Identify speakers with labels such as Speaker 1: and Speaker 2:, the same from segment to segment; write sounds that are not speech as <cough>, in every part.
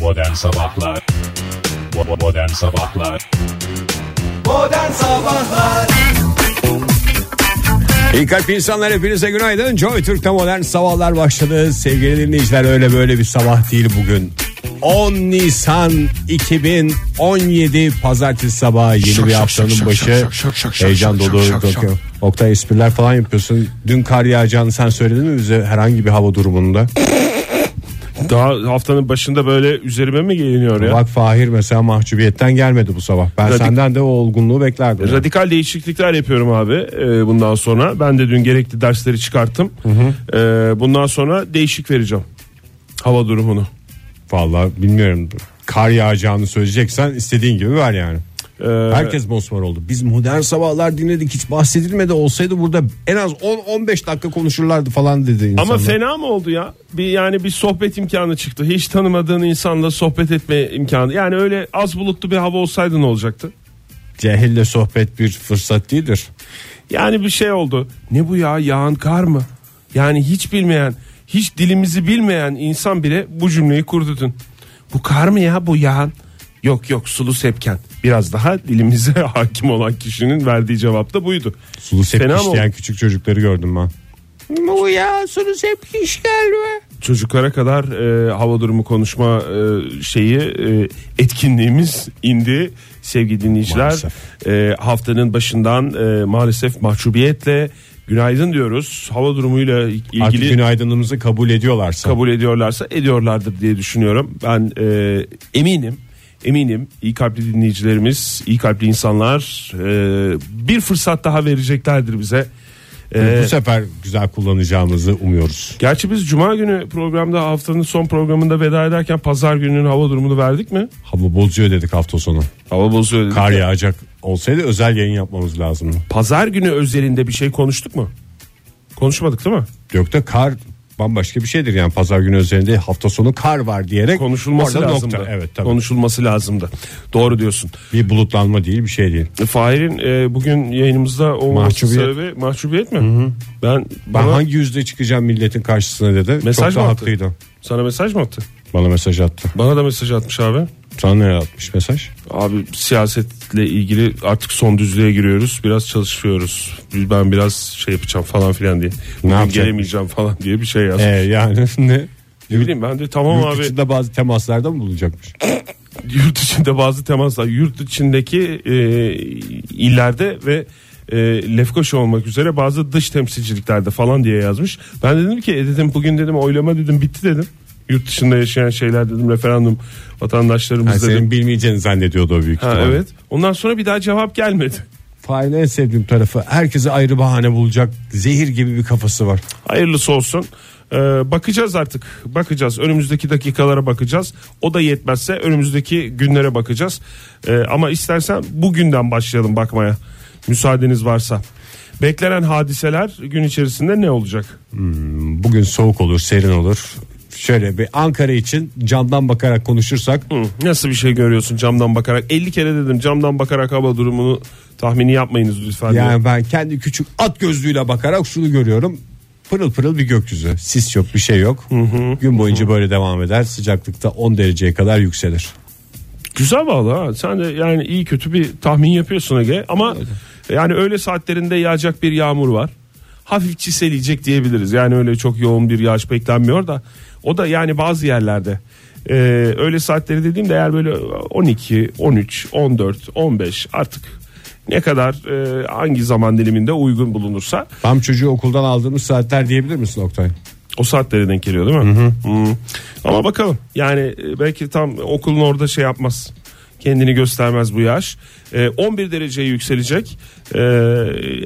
Speaker 1: Modern Sabahlar Bo- Modern Sabahlar
Speaker 2: Modern Sabahlar
Speaker 3: İyi kalp insanlar hepinize günaydın. Joy Türk'te modern sabahlar başladı. Sevgili dinleyiciler öyle böyle bir sabah değil bugün. 10 Nisan 2017 Pazartesi sabahı yeni
Speaker 4: Şak,
Speaker 3: bir
Speaker 4: şak,
Speaker 3: haftanın
Speaker 4: şak, şak,
Speaker 3: başı.
Speaker 4: şak, şak, şak, şak,
Speaker 3: Heyecan
Speaker 4: şak,
Speaker 3: dolu.
Speaker 4: şak, şak,
Speaker 3: Oktay-
Speaker 4: şak.
Speaker 3: Oktay espriler falan yapıyorsun. Dün kar yağacağını sen söyledin mi bize herhangi bir hava durumunda?
Speaker 5: Daha haftanın başında böyle üzerime mi geliniyor ya?
Speaker 3: Bak Fahir mesela mahcubiyetten gelmedi bu sabah. Ben
Speaker 5: Radik-
Speaker 3: senden de o olgunluğu beklerdim.
Speaker 5: Radikal değişiklikler yapıyorum abi e, bundan sonra. Ben de dün gerekli dersleri çıkarttım. E, bundan sonra değişik vereceğim hava durumunu.
Speaker 3: Vallahi bilmiyorum. Kar yağacağını söyleyeceksen istediğin gibi ver yani.
Speaker 5: E,
Speaker 3: Herkes mosmor oldu. Biz modern sabahlar dinledik hiç bahsedilmedi olsaydı burada en az 10-15 dakika konuşurlardı falan dedi insanlar.
Speaker 5: ama fena mı oldu ya? Bir yani bir sohbet imkanı çıktı. Hiç tanımadığın insanla sohbet etme imkanı. Yani öyle az bulutlu bir hava olsaydı ne olacaktı?
Speaker 3: Cehille sohbet bir fırsat değildir.
Speaker 5: Yani bir şey oldu. Ne bu ya yağan kar mı? Yani hiç bilmeyen, hiç dilimizi bilmeyen insan bile bu cümleyi kurdu dün. Bu kar mı ya bu yağan? Yok yok sulu sepken. Biraz daha dilimize <laughs> hakim olan kişinin verdiği cevap da buydu.
Speaker 3: Sulu
Speaker 5: Fena mı
Speaker 3: sepkiş
Speaker 5: oldu?
Speaker 3: diyen küçük çocukları gördüm ben. Bu ya sulu sepkiş galiba.
Speaker 5: Çocuklara kadar e, hava durumu konuşma e, şeyi e, etkinliğimiz indi sevgili dinleyiciler.
Speaker 3: Maalesef.
Speaker 5: E, haftanın başından e, maalesef mahcubiyetle günaydın diyoruz. Hava durumuyla ilgili
Speaker 3: Artık günaydınımızı kabul ediyorlarsa.
Speaker 5: kabul ediyorlarsa ediyorlardır diye düşünüyorum. Ben e, eminim, eminim iyi kalpli dinleyicilerimiz, iyi kalpli insanlar e, bir fırsat daha vereceklerdir bize. E,
Speaker 3: Bu sefer güzel kullanacağımızı umuyoruz.
Speaker 5: gerçi biz Cuma günü programda haftanın son programında veda ederken Pazar gününün hava durumunu verdik mi?
Speaker 3: Hava bozuyor dedik hafta sonu.
Speaker 5: Hava bozuyor. dedik.
Speaker 3: Kar yağacak olsaydı özel yayın yapmamız lazımdı.
Speaker 5: Pazar günü özelinde bir şey konuştuk mu? Konuşmadık değil mi?
Speaker 3: Yok da kar bambaşka bir şeydir yani pazar günü özelinde hafta sonu kar var diyerek
Speaker 5: Konuşulması
Speaker 3: orada
Speaker 5: lazımdı.
Speaker 3: nokta. Evet tabii.
Speaker 5: Konuşulması lazımdı. Doğru diyorsun.
Speaker 3: Bir bulutlanma değil bir şey değil.
Speaker 5: Fahir'in e, bugün yayınımızda olması
Speaker 3: Mahcubiyet.
Speaker 5: sebebi mahcubiyet mi? Ben,
Speaker 3: Ben
Speaker 5: bana-
Speaker 3: hangi yüzde çıkacağım milletin karşısına dedi.
Speaker 5: Mesaj
Speaker 3: Çok
Speaker 5: mı
Speaker 3: da
Speaker 5: attı?
Speaker 3: haklıydı.
Speaker 5: sana mesaj mı attı?
Speaker 3: Bana mesaj attı.
Speaker 5: Bana da mesaj atmış abi.
Speaker 3: Sana ne atmış mesaj?
Speaker 5: Abi siyasetle ilgili artık son düzlüğe giriyoruz. Biraz çalışıyoruz. Ben biraz şey yapacağım falan filan diye. Bugün
Speaker 3: yapacak?
Speaker 5: gelemeyeceğim falan diye bir şey yazmış.
Speaker 3: Ee, yani <laughs> ne?
Speaker 5: Ne bileyim ben de tamam
Speaker 3: Yurt
Speaker 5: abi
Speaker 3: içinde bazı temaslarda mı bulunacakmış?
Speaker 5: <laughs> yurt içinde bazı temaslar yurt içindeki e, illerde ve e, Lefkoşa olmak üzere bazı dış temsilciliklerde falan diye yazmış. Ben dedim ki e, dedim bugün dedim oylama dedim bitti dedim. Yurt dışında yaşayan şeyler dedim referandum
Speaker 3: Yani
Speaker 5: vatandaşlarımız dedim.
Speaker 3: senin bilmeyeceğini zannediyordu o büyük
Speaker 5: Ha,
Speaker 3: ihtimalle.
Speaker 5: evet. Ondan sonra bir daha cevap gelmedi.
Speaker 3: Fahir'in en sevdiğim tarafı herkese ayrı bahane bulacak zehir gibi bir kafası var.
Speaker 5: Hayırlısı olsun. Ee, bakacağız artık. Bakacağız. Önümüzdeki dakikalara bakacağız. O da yetmezse önümüzdeki günlere bakacağız. Ee, ama istersen bugünden başlayalım bakmaya. Müsaadeniz varsa. Beklenen hadiseler gün içerisinde ne olacak?
Speaker 3: Bugün soğuk olur, serin olur. Şöyle bir Ankara için camdan bakarak konuşursak
Speaker 5: Hı, Nasıl bir şey görüyorsun camdan bakarak? 50 kere dedim camdan bakarak hava durumunu tahmini yapmayınız lütfen. diye.
Speaker 3: Yani ben kendi küçük at gözlüğüyle bakarak şunu görüyorum. Pırıl pırıl bir gökyüzü. Sis yok bir şey yok. Gün boyunca böyle devam eder. Sıcaklıkta 10 dereceye kadar yükselir.
Speaker 5: Güzel bağlı ha. Sen de yani iyi kötü bir tahmin yapıyorsun Ege. Ama yani öğle saatlerinde yağacak bir yağmur var. Hafif çiseleyecek diyebiliriz. Yani öyle çok yoğun bir yağış beklenmiyor da. O da yani bazı yerlerde. Ee, öğle saatleri dediğimde eğer böyle 12, 13, 14, 15 artık ne kadar e, hangi zaman diliminde uygun bulunursa
Speaker 3: Tam çocuğu okuldan aldığımız saatler diyebilir misin Oktay?
Speaker 5: o saatlere denk geliyor değil mi? Hı. Ama bakalım yani e, belki tam okulun orada şey yapmaz. Kendini göstermez bu yaş. E, 11 dereceye yükselecek. E,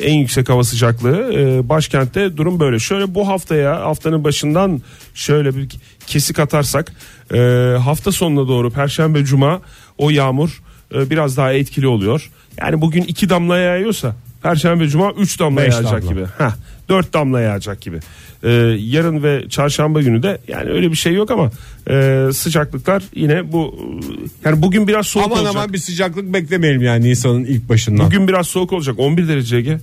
Speaker 5: en yüksek hava sıcaklığı. E, başkentte durum böyle. Şöyle bu haftaya haftanın başından şöyle bir kesik atarsak e, hafta sonuna doğru Perşembe Cuma o yağmur e, biraz daha etkili oluyor. Yani bugün iki damla yağıyorsa Perşembe Cuma 3 damla
Speaker 3: Beş
Speaker 5: yağacak
Speaker 3: damla.
Speaker 5: gibi gibi. Heh, dört damla yağacak gibi. Ee, yarın ve çarşamba günü de yani öyle bir şey yok ama e, sıcaklıklar yine bu yani bugün biraz soğuk
Speaker 3: Aman
Speaker 5: olacak.
Speaker 3: aman bir sıcaklık beklemeyelim yani Nisan'ın ilk başından.
Speaker 5: Bugün biraz soğuk olacak 11 derece Ege.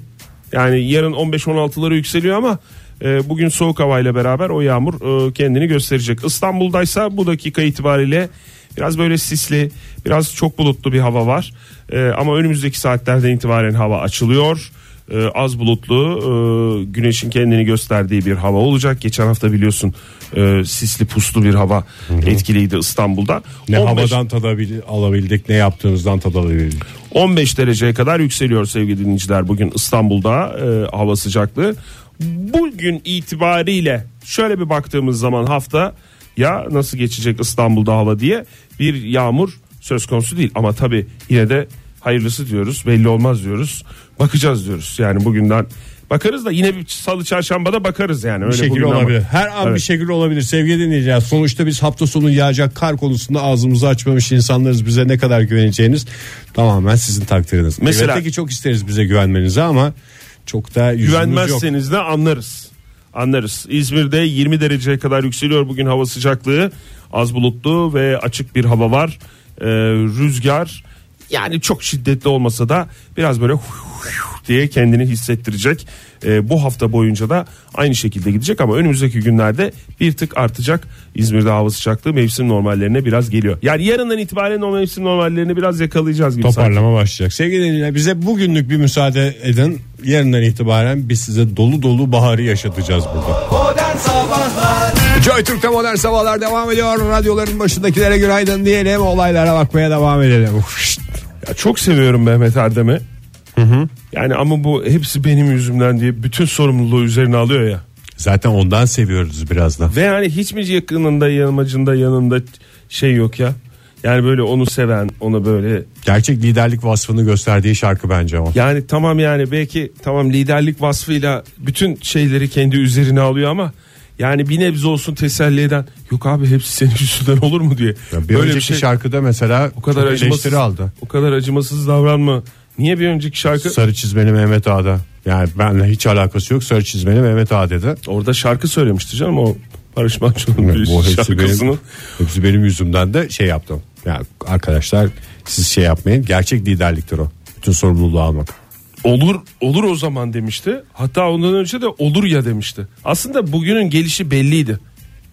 Speaker 5: Yani yarın 15-16'lara yükseliyor ama e, bugün soğuk havayla beraber o yağmur e, kendini gösterecek. İstanbul'daysa bu dakika itibariyle Biraz böyle sisli, biraz çok bulutlu bir hava var. E, ama önümüzdeki saatlerden itibaren hava açılıyor. E, az bulutlu, e, güneşin kendini gösterdiği bir hava olacak. Geçen hafta biliyorsun e, sisli puslu bir hava etkiliydi İstanbul'da.
Speaker 3: Ne
Speaker 5: 15
Speaker 3: havadan tadabil, alabildik ne yaptığımızdan tad alabildik.
Speaker 5: 15 dereceye kadar yükseliyor sevgili dinleyiciler bugün İstanbul'da e, hava sıcaklığı. Bugün itibariyle şöyle bir baktığımız zaman hafta ya nasıl geçecek İstanbul'da hava diye bir yağmur söz konusu değil ama tabii yine de hayırlısı diyoruz belli olmaz diyoruz bakacağız diyoruz yani bugünden bakarız da yine bir salı çarşambada bakarız yani öyle
Speaker 3: Bir şekilde
Speaker 5: bugünden bak-
Speaker 3: olabilir. Her an
Speaker 5: Evet.
Speaker 3: bir şekilde olabilir sevgili dinleyiciler. Sonuçta biz hafta sonu yağacak kar konusunda ağzımızı açmamış insanlarız. Bize ne kadar güveneceğiniz tamamen sizin takdiriniz.
Speaker 5: Mesela-
Speaker 3: Mesela ki çok isteriz bize güvenmenizi ama çok da yüzümüz yok.
Speaker 5: Güvenmezseniz de anlarız. Anlarız. İzmir'de 20 dereceye kadar yükseliyor bugün hava sıcaklığı. Az bulutlu ve açık bir hava var. Ee, rüzgar yani çok şiddetli olmasa da biraz böyle diye kendini hissettirecek. Ee, bu hafta boyunca da aynı şekilde gidecek ama önümüzdeki günlerde bir tık artacak. İzmir'de hava sıcaklığı mevsim normallerine biraz geliyor. Yani yarından itibaren o mevsim normallerini biraz yakalayacağız gibi. sanki.
Speaker 3: Toparlama başlayacak. Sevgili dinleyiciler bize bugünlük bir müsaade edin. Yarından itibaren biz size dolu dolu baharı yaşatacağız burada.
Speaker 2: Modern Sabahlar
Speaker 3: Joy Türk'te modern sabahlar devam ediyor. Radyoların başındakilere günaydın diyelim. Olaylara bakmaya devam edelim. Uf,
Speaker 5: Ya çok seviyorum Mehmet Erdem'i. Yani ama bu hepsi benim yüzümden diye bütün sorumluluğu üzerine alıyor ya.
Speaker 3: Zaten ondan seviyoruz biraz da.
Speaker 5: Ve yani hiç mi yakınında yanımacında yanında şey yok ya. Yani böyle onu seven ona böyle
Speaker 3: Gerçek liderlik vasfını gösterdiği şarkı bence o.
Speaker 5: yani tamam yani belki tamam liderlik vasfıyla bütün şeyleri kendi üzerine alıyor ama yani bir nebze olsun teselli eden yok abi hepsi senin yüzünden olur mu diye.
Speaker 3: Ya bir önceki şarkıda mesela o
Speaker 5: şey o kadar
Speaker 3: kadar
Speaker 5: acımasız
Speaker 3: eleştiri aldı.
Speaker 5: O kadar acımasız davranma. Niye bir önceki şarkı
Speaker 3: Sarı çizmeli Mehmet Ağa'da. Yani benle hiç alakası yok. Sarı çizmeli Mehmet Ağa dedi.
Speaker 5: Orada şarkı söylemişti canım o Barış Manço'nun bir
Speaker 3: Bu hepsi
Speaker 5: şarkısını.
Speaker 3: benim, hepsi benim yüzümden de şey yaptım. Yani arkadaşlar siz şey yapmayın. Gerçek liderliktir o. Bütün sorumluluğu almak.
Speaker 5: Olur olur o zaman demişti. Hatta ondan önce de olur ya demişti. Aslında bugünün gelişi belliydi.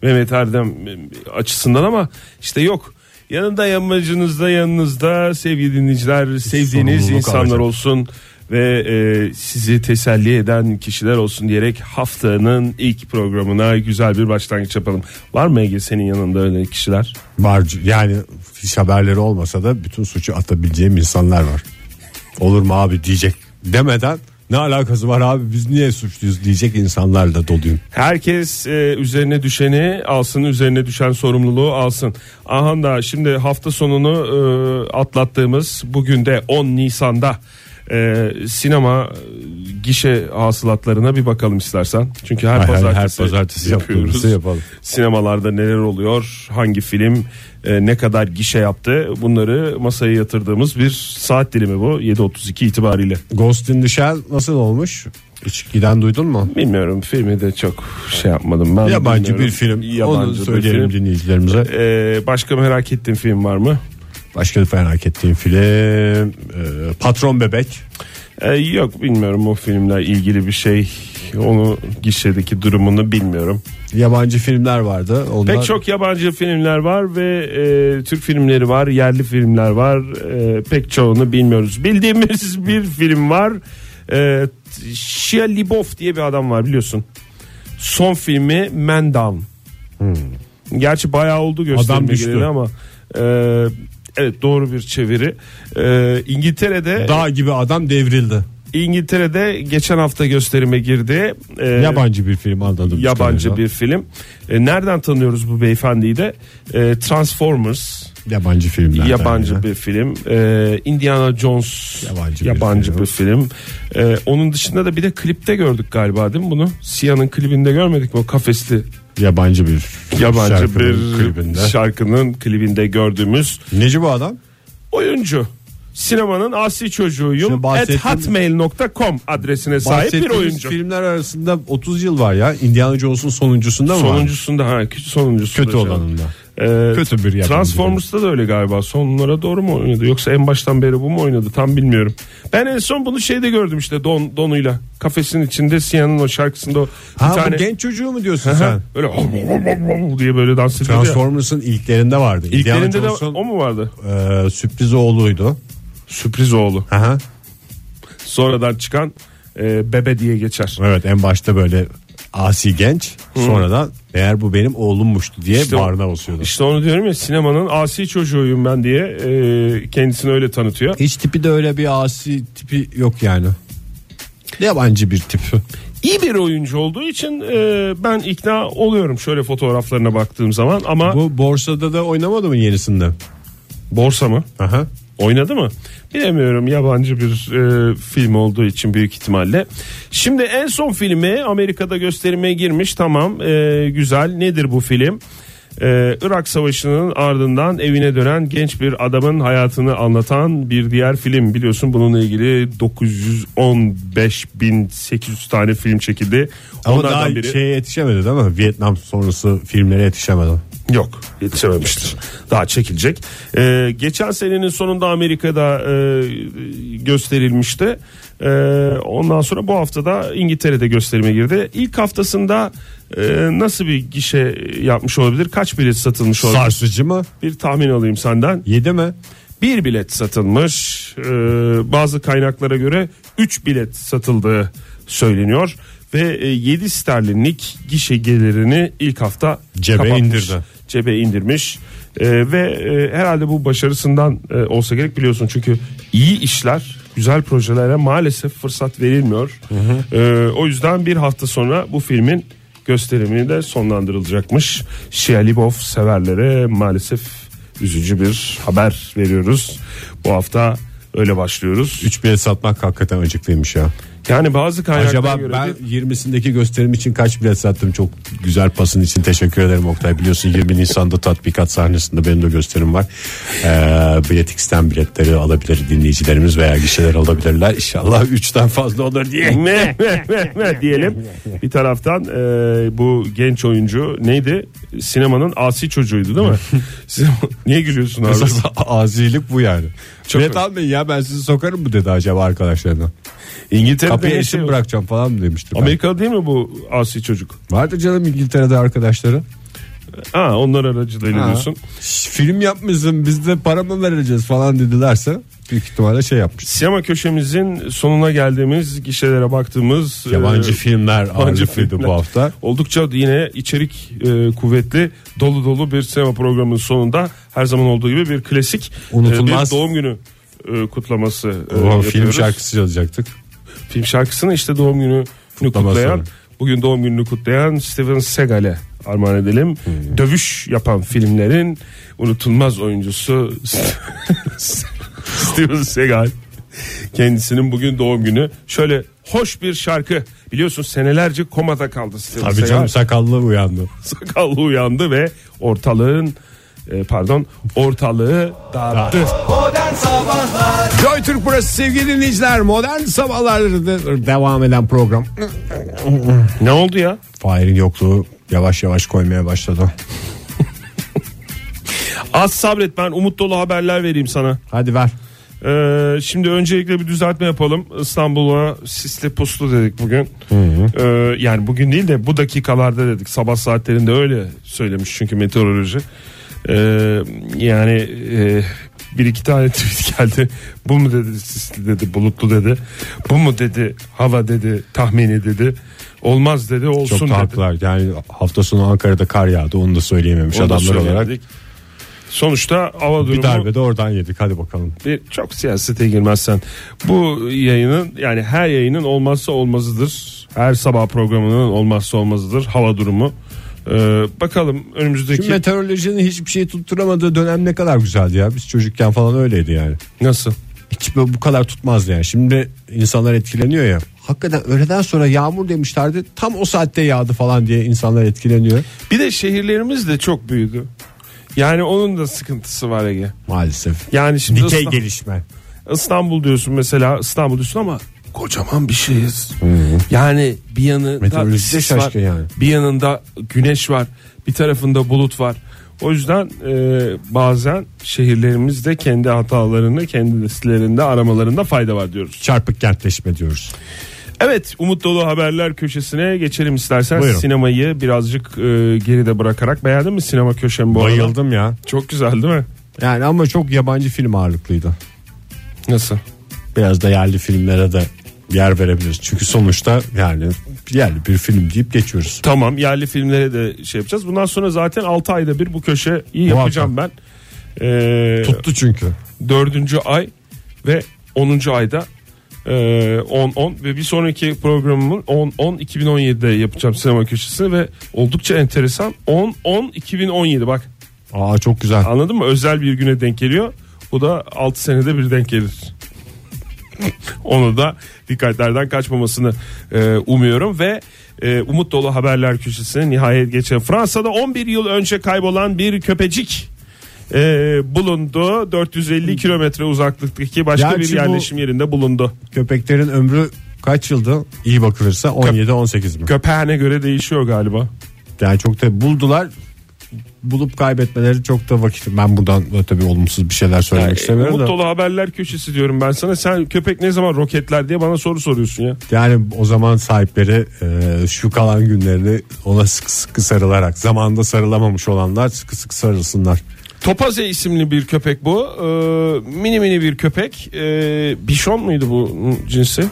Speaker 5: Mehmet Erdem e, açısından ama işte yok. Yanında yanmacınızda yanınızda sevgili dinleyiciler sevdiğiniz
Speaker 3: sorumluluk
Speaker 5: insanlar
Speaker 3: alacak.
Speaker 5: olsun ve e, sizi teselli eden kişiler olsun diyerek haftanın ilk programına güzel bir başlangıç yapalım. Var mı Ege senin yanında öyle kişiler?
Speaker 3: Var yani hiç haberleri olmasa da bütün suçu atabileceğim insanlar var. Olur mu abi diyecek demeden ne alakası var abi biz niye suçluyuz diyecek insanlarla doluyum.
Speaker 5: Herkes e, üzerine düşeni alsın, üzerine düşen sorumluluğu alsın. Aha da şimdi hafta sonunu e, atlattığımız bugün de 10 Nisan'da e, sinema e, gişe hasılatlarına bir bakalım istersen. Çünkü her
Speaker 3: Hay hay, her
Speaker 5: pazartesi,
Speaker 3: pazartesi
Speaker 5: yapıyoruz.
Speaker 3: yaptığımızı yapalım.
Speaker 5: Sinemalarda neler oluyor, hangi film e, ne kadar gişe yaptı bunları masaya yatırdığımız bir saat dilimi bu 7.32 itibariyle.
Speaker 3: Ghost in the Shell nasıl olmuş? Hiç giden duydun mu?
Speaker 5: Bilmiyorum filmi de çok şey yapmadım ben.
Speaker 3: Yabancı
Speaker 5: bilmiyorum.
Speaker 3: bir film.
Speaker 5: Yabancı
Speaker 3: Onu
Speaker 5: bir
Speaker 3: söyleyelim
Speaker 5: film.
Speaker 3: dinleyicilerimize.
Speaker 5: Ee, başka merak ettiğin film var mı?
Speaker 3: Başka merak ettiğim film e, Patron Bebek.
Speaker 5: Ee, yok bilmiyorum o filmle ilgili bir şey. Onu gişedeki durumunu bilmiyorum.
Speaker 3: Yabancı filmler vardı. Onlar
Speaker 5: Pek çok yabancı filmler var ve e, Türk filmleri var, yerli filmler var. E, pek çoğunu bilmiyoruz. Bildiğimiz <laughs> bir film var. E, Shia LaBeouf diye bir adam var biliyorsun. Son filmi Man Down. Gerçi bayağı
Speaker 3: Hmm.
Speaker 5: oldu
Speaker 3: Adam
Speaker 5: gösterime
Speaker 3: düştü.
Speaker 5: gireli ama e, evet doğru bir çeviri. E, İngiltere'de
Speaker 3: dağ gibi adam devrildi.
Speaker 5: İngiltere'de geçen hafta gösterime girdi. E,
Speaker 3: Yabancı bir film anladım.
Speaker 5: yabancı bir film. E, nereden tanıyoruz bu beyefendiyi de? E, Transformers
Speaker 3: yabancı filmler.
Speaker 5: yabancı bir film. E, Indiana Jones
Speaker 3: Yabancı
Speaker 5: yabancı,
Speaker 3: bir film.
Speaker 5: bir film. E, onun dışında da bir de klipte gördük galiba değil mi bunu? Sia'nın klibinde görmedik mi o kafesli
Speaker 3: yabancı bir
Speaker 5: yabancı
Speaker 3: şarkının
Speaker 5: bir
Speaker 3: klibinde.
Speaker 5: şarkının klibinde gördüğümüz
Speaker 3: Neci bu adam?
Speaker 5: oyuncu. Sinemanın asi çocuğuyum
Speaker 3: Şimdi bahsettiğim-
Speaker 5: at hotmail.com adresine sahip bir
Speaker 3: Bahsettiğimiz
Speaker 5: oyuncu.
Speaker 3: filmler arasında 30 yıl var ya. Indiana Jones'un sonuncusunda mı var?
Speaker 5: Sonuncusunda ha kötü sonuncusunda.
Speaker 3: Kötü
Speaker 5: şu an.
Speaker 3: olanında.
Speaker 5: Ee,
Speaker 3: Kötü bir yapım.
Speaker 5: Transformers'ta da öyle galiba. Sonlara doğru mu oynadı yoksa en baştan beri bu mu oynadı tam bilmiyorum. Ben en son bunu şeyde gördüm işte Don Don'uyla. Kafesin içinde Siyan'ın o şarkısında o bir
Speaker 3: Ha
Speaker 5: tane
Speaker 3: bu genç çocuğu mu diyorsun
Speaker 5: Ha,
Speaker 3: sen?
Speaker 5: böyle diye böyle dans ediyor. ya.
Speaker 3: Transformers'ın ilklerinde vardı.
Speaker 5: İlklerinde de
Speaker 3: Jones'un,
Speaker 5: o mu vardı?
Speaker 3: e, sürpriz oğluydu.
Speaker 5: Sürpriz oğlu.
Speaker 3: Aha.
Speaker 5: Sonradan çıkan e, bebe diye geçer.
Speaker 3: Evet en başta böyle asi genç sonradan eğer bu benim oğlummuştu diye
Speaker 5: İşte o-
Speaker 3: bağrına basıyordu.
Speaker 5: İşte onu diyorum ya sinemanın asi çocuğuyum ben diye e, kendisini öyle tanıtıyor.
Speaker 3: Hiç tipi de öyle bir asi tipi yok yani. Yabancı bir tip.
Speaker 5: İyi bir oyuncu olduğu için e, ben ikna oluyorum şöyle fotoğraflarına baktığım zaman ama
Speaker 3: Bu borsada da oynamadı mı yenisinde?
Speaker 5: borsa mı?
Speaker 3: Aha.
Speaker 5: Oynadı mı? Bilemiyorum yabancı bir e, film olduğu için büyük ihtimalle. Şimdi en son filmi Amerika'da gösterime girmiş tamam e, güzel nedir bu film? E, Irak Savaşı'nın ardından evine dönen genç bir adamın hayatını anlatan bir diğer film biliyorsun bununla ilgili 915.800 tane film çekildi.
Speaker 3: Ama
Speaker 5: Onlardan
Speaker 3: daha şey
Speaker 5: biri-
Speaker 3: şeye yetişemedi değil mi? Vietnam sonrası filmlere yetişemedi.
Speaker 5: Yok yetişememiştir. Daha çekilecek. Ee, geçen senenin sonunda Amerika'da e, gösterilmişti. Ee, ondan sonra bu haftada İngiltere'de gösterime girdi. İlk haftasında e, nasıl bir gişe yapmış olabilir? Kaç bilet satılmış olabilir?
Speaker 3: Sarsıcı mı?
Speaker 5: Bir tahmin alayım senden.
Speaker 3: Yedi mi?
Speaker 5: Bir bilet satılmış. Ee, bazı kaynaklara göre 3 bilet satıldığı söyleniyor. Ve e, 7 sterlinlik gişe gelirini ilk hafta
Speaker 3: Cebe
Speaker 5: kapatmış.
Speaker 3: indirdi.
Speaker 5: Cebe indirmiş. Ee, ve e, herhalde bu başarısından e, olsa gerek biliyorsun. Çünkü iyi işler, güzel projelere maalesef fırsat verilmiyor. Ee, o yüzden bir hafta sonra bu filmin gösterimi de sonlandırılacakmış. Shia LaBeouf severlere maalesef üzücü bir haber veriyoruz. Bu hafta öyle başlıyoruz.
Speaker 3: Üç bilet satmak hakikaten acıklıymış ya.
Speaker 5: Yani bazı kaynaklara
Speaker 3: Acaba
Speaker 5: göre
Speaker 3: ben
Speaker 5: de-
Speaker 3: 20'sindeki gösterim için kaç bilet sattım? Çok güzel pasın için teşekkür ederim Oktay. Biliyorsun 20 Nisan'da tatbikat sahnesinde benim de gösterim var. Ee, biletix'ten biletleri alabilir dinleyicilerimiz veya gişeler alabilirler. İnşallah 3'ten fazla olur diye.
Speaker 5: Meh, meh, meh, meh diyelim. Bir taraftan e, bu genç oyuncu neydi? Sinemanın asi çocuğuydu değil mi?
Speaker 3: <laughs>
Speaker 5: Sinema- Niye gülüyorsun abi?
Speaker 3: Esas azilik bu yani.
Speaker 5: Çok
Speaker 3: bilet
Speaker 5: öyle.
Speaker 3: almayın ya ben sizi sokarım mı dedi acaba arkadaşlarına.
Speaker 5: İngiltere'de
Speaker 3: Kapıya
Speaker 5: ne
Speaker 3: eşim
Speaker 5: şey-
Speaker 3: bırakacağım falan mı demişti. ben.
Speaker 5: Amerika değil mi bu asi çocuk?
Speaker 3: Vardı canım İngiltere'de arkadaşları.
Speaker 5: Ha onlar aracılığıyla diyorsun.
Speaker 3: Şş, Film yapmışsın biz de para mı vereceğiz falan dedilerse büyük ihtimalle şey yapmış.
Speaker 5: Sinema köşemizin sonuna geldiğimiz gişelere baktığımız
Speaker 3: Yabancı
Speaker 5: e,
Speaker 3: filmler
Speaker 5: yabancı
Speaker 3: ağırlıklıydı
Speaker 5: filmler.
Speaker 3: bu hafta.
Speaker 5: Oldukça yine içerik e, kuvvetli dolu dolu bir sinema programının sonunda her zaman olduğu gibi bir klasik e,
Speaker 3: Unutulmaz.
Speaker 5: bir doğum günü e, kutlaması e,
Speaker 3: O film
Speaker 5: yapıyoruz.
Speaker 3: şarkısı çalacaktık.
Speaker 5: film şarkısını işte doğum günü
Speaker 3: Kutlaması.
Speaker 5: kutlayan bugün doğum gününü kutlayan Steven Seagal'e armağan edelim.
Speaker 3: Hmm.
Speaker 5: Dövüş yapan filmlerin unutulmaz oyuncusu
Speaker 3: <laughs>
Speaker 5: Steven Seagal. Kendisinin bugün doğum günü. Şöyle hoş bir şarkı. Biliyorsun senelerce komada kaldı Steven
Speaker 3: Tabii
Speaker 5: Seagal.
Speaker 3: canım sakallı uyandı.
Speaker 5: Sakallı uyandı ve ortalığın e, pardon ortalığı dağıttı.
Speaker 2: Modern Sabahlar
Speaker 3: Joy Türk burası sevgili dinleyiciler. Modern sabahlarda devam eden program.
Speaker 5: Ne oldu ya?
Speaker 3: Fahir'in yokluğu yavaş yavaş koymaya başladı.
Speaker 5: Az sabret ben umut dolu haberler vereyim sana.
Speaker 3: Hadi ver.
Speaker 5: Ee, şimdi öncelikle bir düzeltme yapalım. İstanbul'a sisli puslu dedik bugün. Ee, yani bugün değil de bu dakikalarda dedik. Sabah saatlerinde öyle söylemiş çünkü meteoroloji. Ee, yani e, bir iki tane <laughs> tweet geldi. Bu mu dedi sisli dedi bulutlu dedi. Bu mu dedi hava dedi tahmini dedi. Olmaz dedi olsun
Speaker 3: Çok da
Speaker 5: dedi.
Speaker 3: haklılar. Yani hafta sonu Ankara'da kar yağdı. Onu da söyleyememiş
Speaker 5: Onu da
Speaker 3: adamlar olarak.
Speaker 5: söyledik. Sonuçta hava
Speaker 3: Bir
Speaker 5: durumu
Speaker 3: darbe de oradan yedik. Hadi bakalım.
Speaker 5: bir E, çok siyasete girmezsen bu yayının yani her yayının olmazsa olmazıdır. Her sabah programının olmazsa olmazıdır hava durumu. Ee, bakalım önümüzdeki
Speaker 3: Şimdi meteorolojinin hiçbir şey tutturamadığı dönem ne kadar güzeldi ya. Biz çocukken falan öyleydi yani.
Speaker 5: nasıl?
Speaker 3: Hiç böyle bu kadar tutmaz yani. Şimdi insanlar etkileniyor ya. Hakikaten öğleden sonra yağmur demişlerdi. Tam o saatte yağdı falan diye insanlar etkileniyor.
Speaker 5: Bir de şehirlerimiz de çok büyüdü. Yani onun da sıkıntısı var Ege.
Speaker 3: Maalesef.
Speaker 5: Yani şimdi
Speaker 3: Dikey
Speaker 5: İsta-
Speaker 3: gelişme.
Speaker 5: İstanbul diyorsun mesela İstanbul diyorsun ama kocaman bir şehiriz. Yani bir yanında
Speaker 3: Meteorolojisi
Speaker 5: sis
Speaker 3: şaşkın
Speaker 5: var,
Speaker 3: yani.
Speaker 5: bir yanında güneş var, bir tarafında bulut var. O yüzden e, bazen şehirlerimizde kendi hatalarını kendilerinde aramalarında fayda var diyoruz.
Speaker 3: Çarpık kentleşme diyoruz.
Speaker 5: Evet umut dolu haberler köşesine geçelim istersen.
Speaker 3: Buyurun.
Speaker 5: Sinemayı birazcık e, geride bırakarak beğendin mi sinema köşem bu arada?
Speaker 3: Bayıldım ya.
Speaker 5: Çok güzel değil mi?
Speaker 3: Yani ama çok yabancı film ağırlıklıydı.
Speaker 5: Nasıl?
Speaker 3: Biraz da yerli filmlere de yer verebiliriz. Çünkü sonuçta yani yerli bir film deyip geçiyoruz.
Speaker 5: Tamam yerli filmlere de şey yapacağız. Bundan sonra zaten 6 ayda bir bu köşe iyi
Speaker 3: Muhakkak.
Speaker 5: yapacağım ben. Ee,
Speaker 3: Tuttu çünkü.
Speaker 5: dördüncü ay ve 10. ayda e, 10-10 ve bir sonraki programımın 10-10-2017'de yapacağım sinema köşesini ve oldukça enteresan 10-10-2017 bak
Speaker 3: Aa çok güzel.
Speaker 5: anladın mı özel bir güne denk geliyor bu da 6 senede bir denk gelir <laughs> onu da dikkatlerden kaçmamasını e, umuyorum ve e, umut dolu haberler köşesine nihayet geçen Fransa'da 11 yıl önce kaybolan bir köpecik e, bulundu 450 kilometre uzaklıktaki başka
Speaker 3: Gerçi
Speaker 5: bir
Speaker 3: bu-
Speaker 5: yerleşim yerinde bulundu
Speaker 3: Köpeklerin ömrü kaç yıldı? İyi bakılırsa 17-18 mi?
Speaker 5: köpeğine göre değişiyor galiba
Speaker 3: Yani çok da buldular. Bulup kaybetmeleri çok da vakit. Ben buradan da tabii olumsuz bir şeyler söylemek istemiyorum
Speaker 5: e, umut
Speaker 3: da.
Speaker 5: dolu haberler köşesi diyorum ben sana sen köpek ne zaman roketler diye bana soru soruyorsun ya
Speaker 3: Yani o zaman sahipleri e, şu kalan günlerini ona sıkı sıkı sarılarak zamanda sarılamamış olanlar sıkı sıkı sarılsınlar.
Speaker 5: Topaze isimli bir köpek bu. Ee, mini mini bir köpek. Ee, bişon muydu bu cinsi?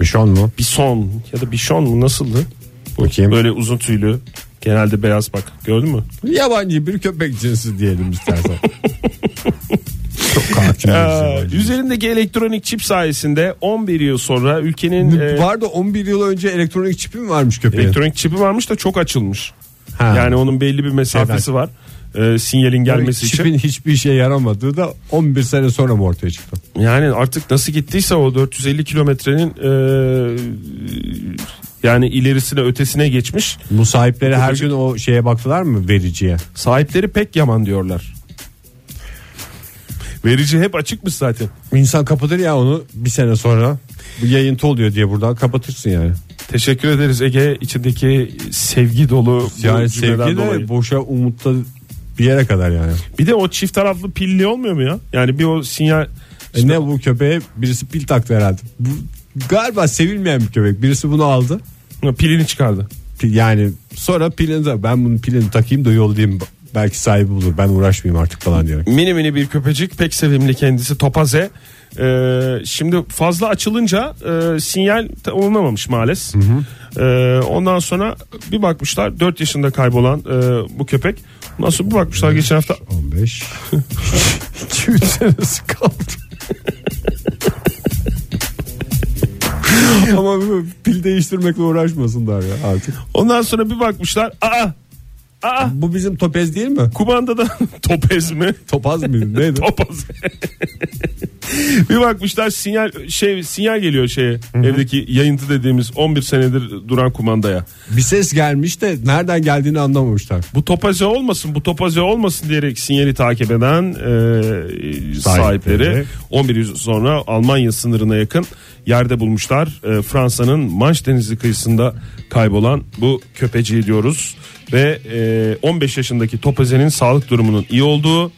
Speaker 3: Bişon şey mu?
Speaker 5: Bison ya da bişon mu nasıldı? Bu
Speaker 3: Bakayım.
Speaker 5: Böyle uzun tüylü. Genelde beyaz bak. Gördün mü?
Speaker 3: Yabancı bir köpek cinsi diyelim
Speaker 5: <laughs>
Speaker 3: istersen. Çok hakim.
Speaker 5: Ee,
Speaker 3: yabancı.
Speaker 5: üzerindeki elektronik çip sayesinde 11 yıl sonra ülkenin e,
Speaker 3: Ee, Vardı 11 yıl önce elektronik çipi mi varmış köpeğin?
Speaker 5: elektronik çipi varmış da çok açılmış.
Speaker 3: Ha.
Speaker 5: Yani onun belli bir mesafesi var. Ee, sinyalin gelmesi için.
Speaker 3: Çipin hiçbir işe yaramadığı da 11 sene sonra mı ortaya çıktı?
Speaker 5: Yani artık nasıl gittiyse o 450 kilometrenin e, yani ilerisine ötesine geçmiş.
Speaker 3: Bu sahipleri her
Speaker 5: Köpek-
Speaker 3: gün o şeye baktılar mı vericiye?
Speaker 5: Sahipleri pek yaman diyorlar. Verici hep açıkmış zaten.
Speaker 3: İnsan kapatır ya onu bir sene sonra. Bu yayıntı oluyor diye buradan kapatırsın yani.
Speaker 5: Teşekkür ederiz Ege içindeki sevgi dolu bu
Speaker 3: Yani
Speaker 5: cümleden
Speaker 3: sevgi de
Speaker 5: dolayı.
Speaker 3: boşa umutta bir yere kadar yani. E
Speaker 5: Bir de o çift taraflı pilli olmuyor mu ya? Yani bir o sinyal
Speaker 3: E ne bu köpeğe birisi pil taktı herhalde. Bu, galiba sevilmeyen bir köpek. Birisi bunu aldı.
Speaker 5: pilini çıkardı.
Speaker 3: Pil- Yani sonra pilini de ben bunun pilini takayım da yollayayım. Belki sahibi bulur. Ben uğraşmayayım artık falan diyerek.
Speaker 5: Mini mini bir köpecik pek sevimli kendisi topaze. Ee, şimdi fazla açılınca e, sinyal ta- olunamamış maalesef. Ee, ondan sonra bir bakmışlar 4 yaşında kaybolan e, bu köpek. Ondan sonra bir bakmışlar geçen hafta
Speaker 3: 15. 2-3 senesi kaldı. Ama bu pil değiştirmekle uğraşmasınlar ya artık.
Speaker 5: Ondan sonra bir bakmışlar. Aa! Aa!
Speaker 3: Bu bizim topez değil mi?
Speaker 5: Kumandada <laughs> topez mi? <laughs>
Speaker 3: Topaz <laughs> mıydı? Neydi?
Speaker 5: Topaz. <laughs> bir bakmışlar sinyal şey sinyal geliyor şeye. Evdeki yayıntı dediğimiz 11 senedir duran kumandaya.
Speaker 3: Bir ses gelmiş de nereden geldiğini anlamamışlar.
Speaker 5: Bu topaze olmasın, bu topaze olmasın diyerek sinyali takip eden e, sahipleri.
Speaker 3: Sahipleri.
Speaker 5: 11 yıl sonra Almanya sınırına yakın yerde bulmuşlar. E, Fransa'nın Manş Denizi kıyısında kaybolan bu köpeciği diyoruz. Ve e, 15 yaşındaki topazenin sağlık durumunun iyi olduğu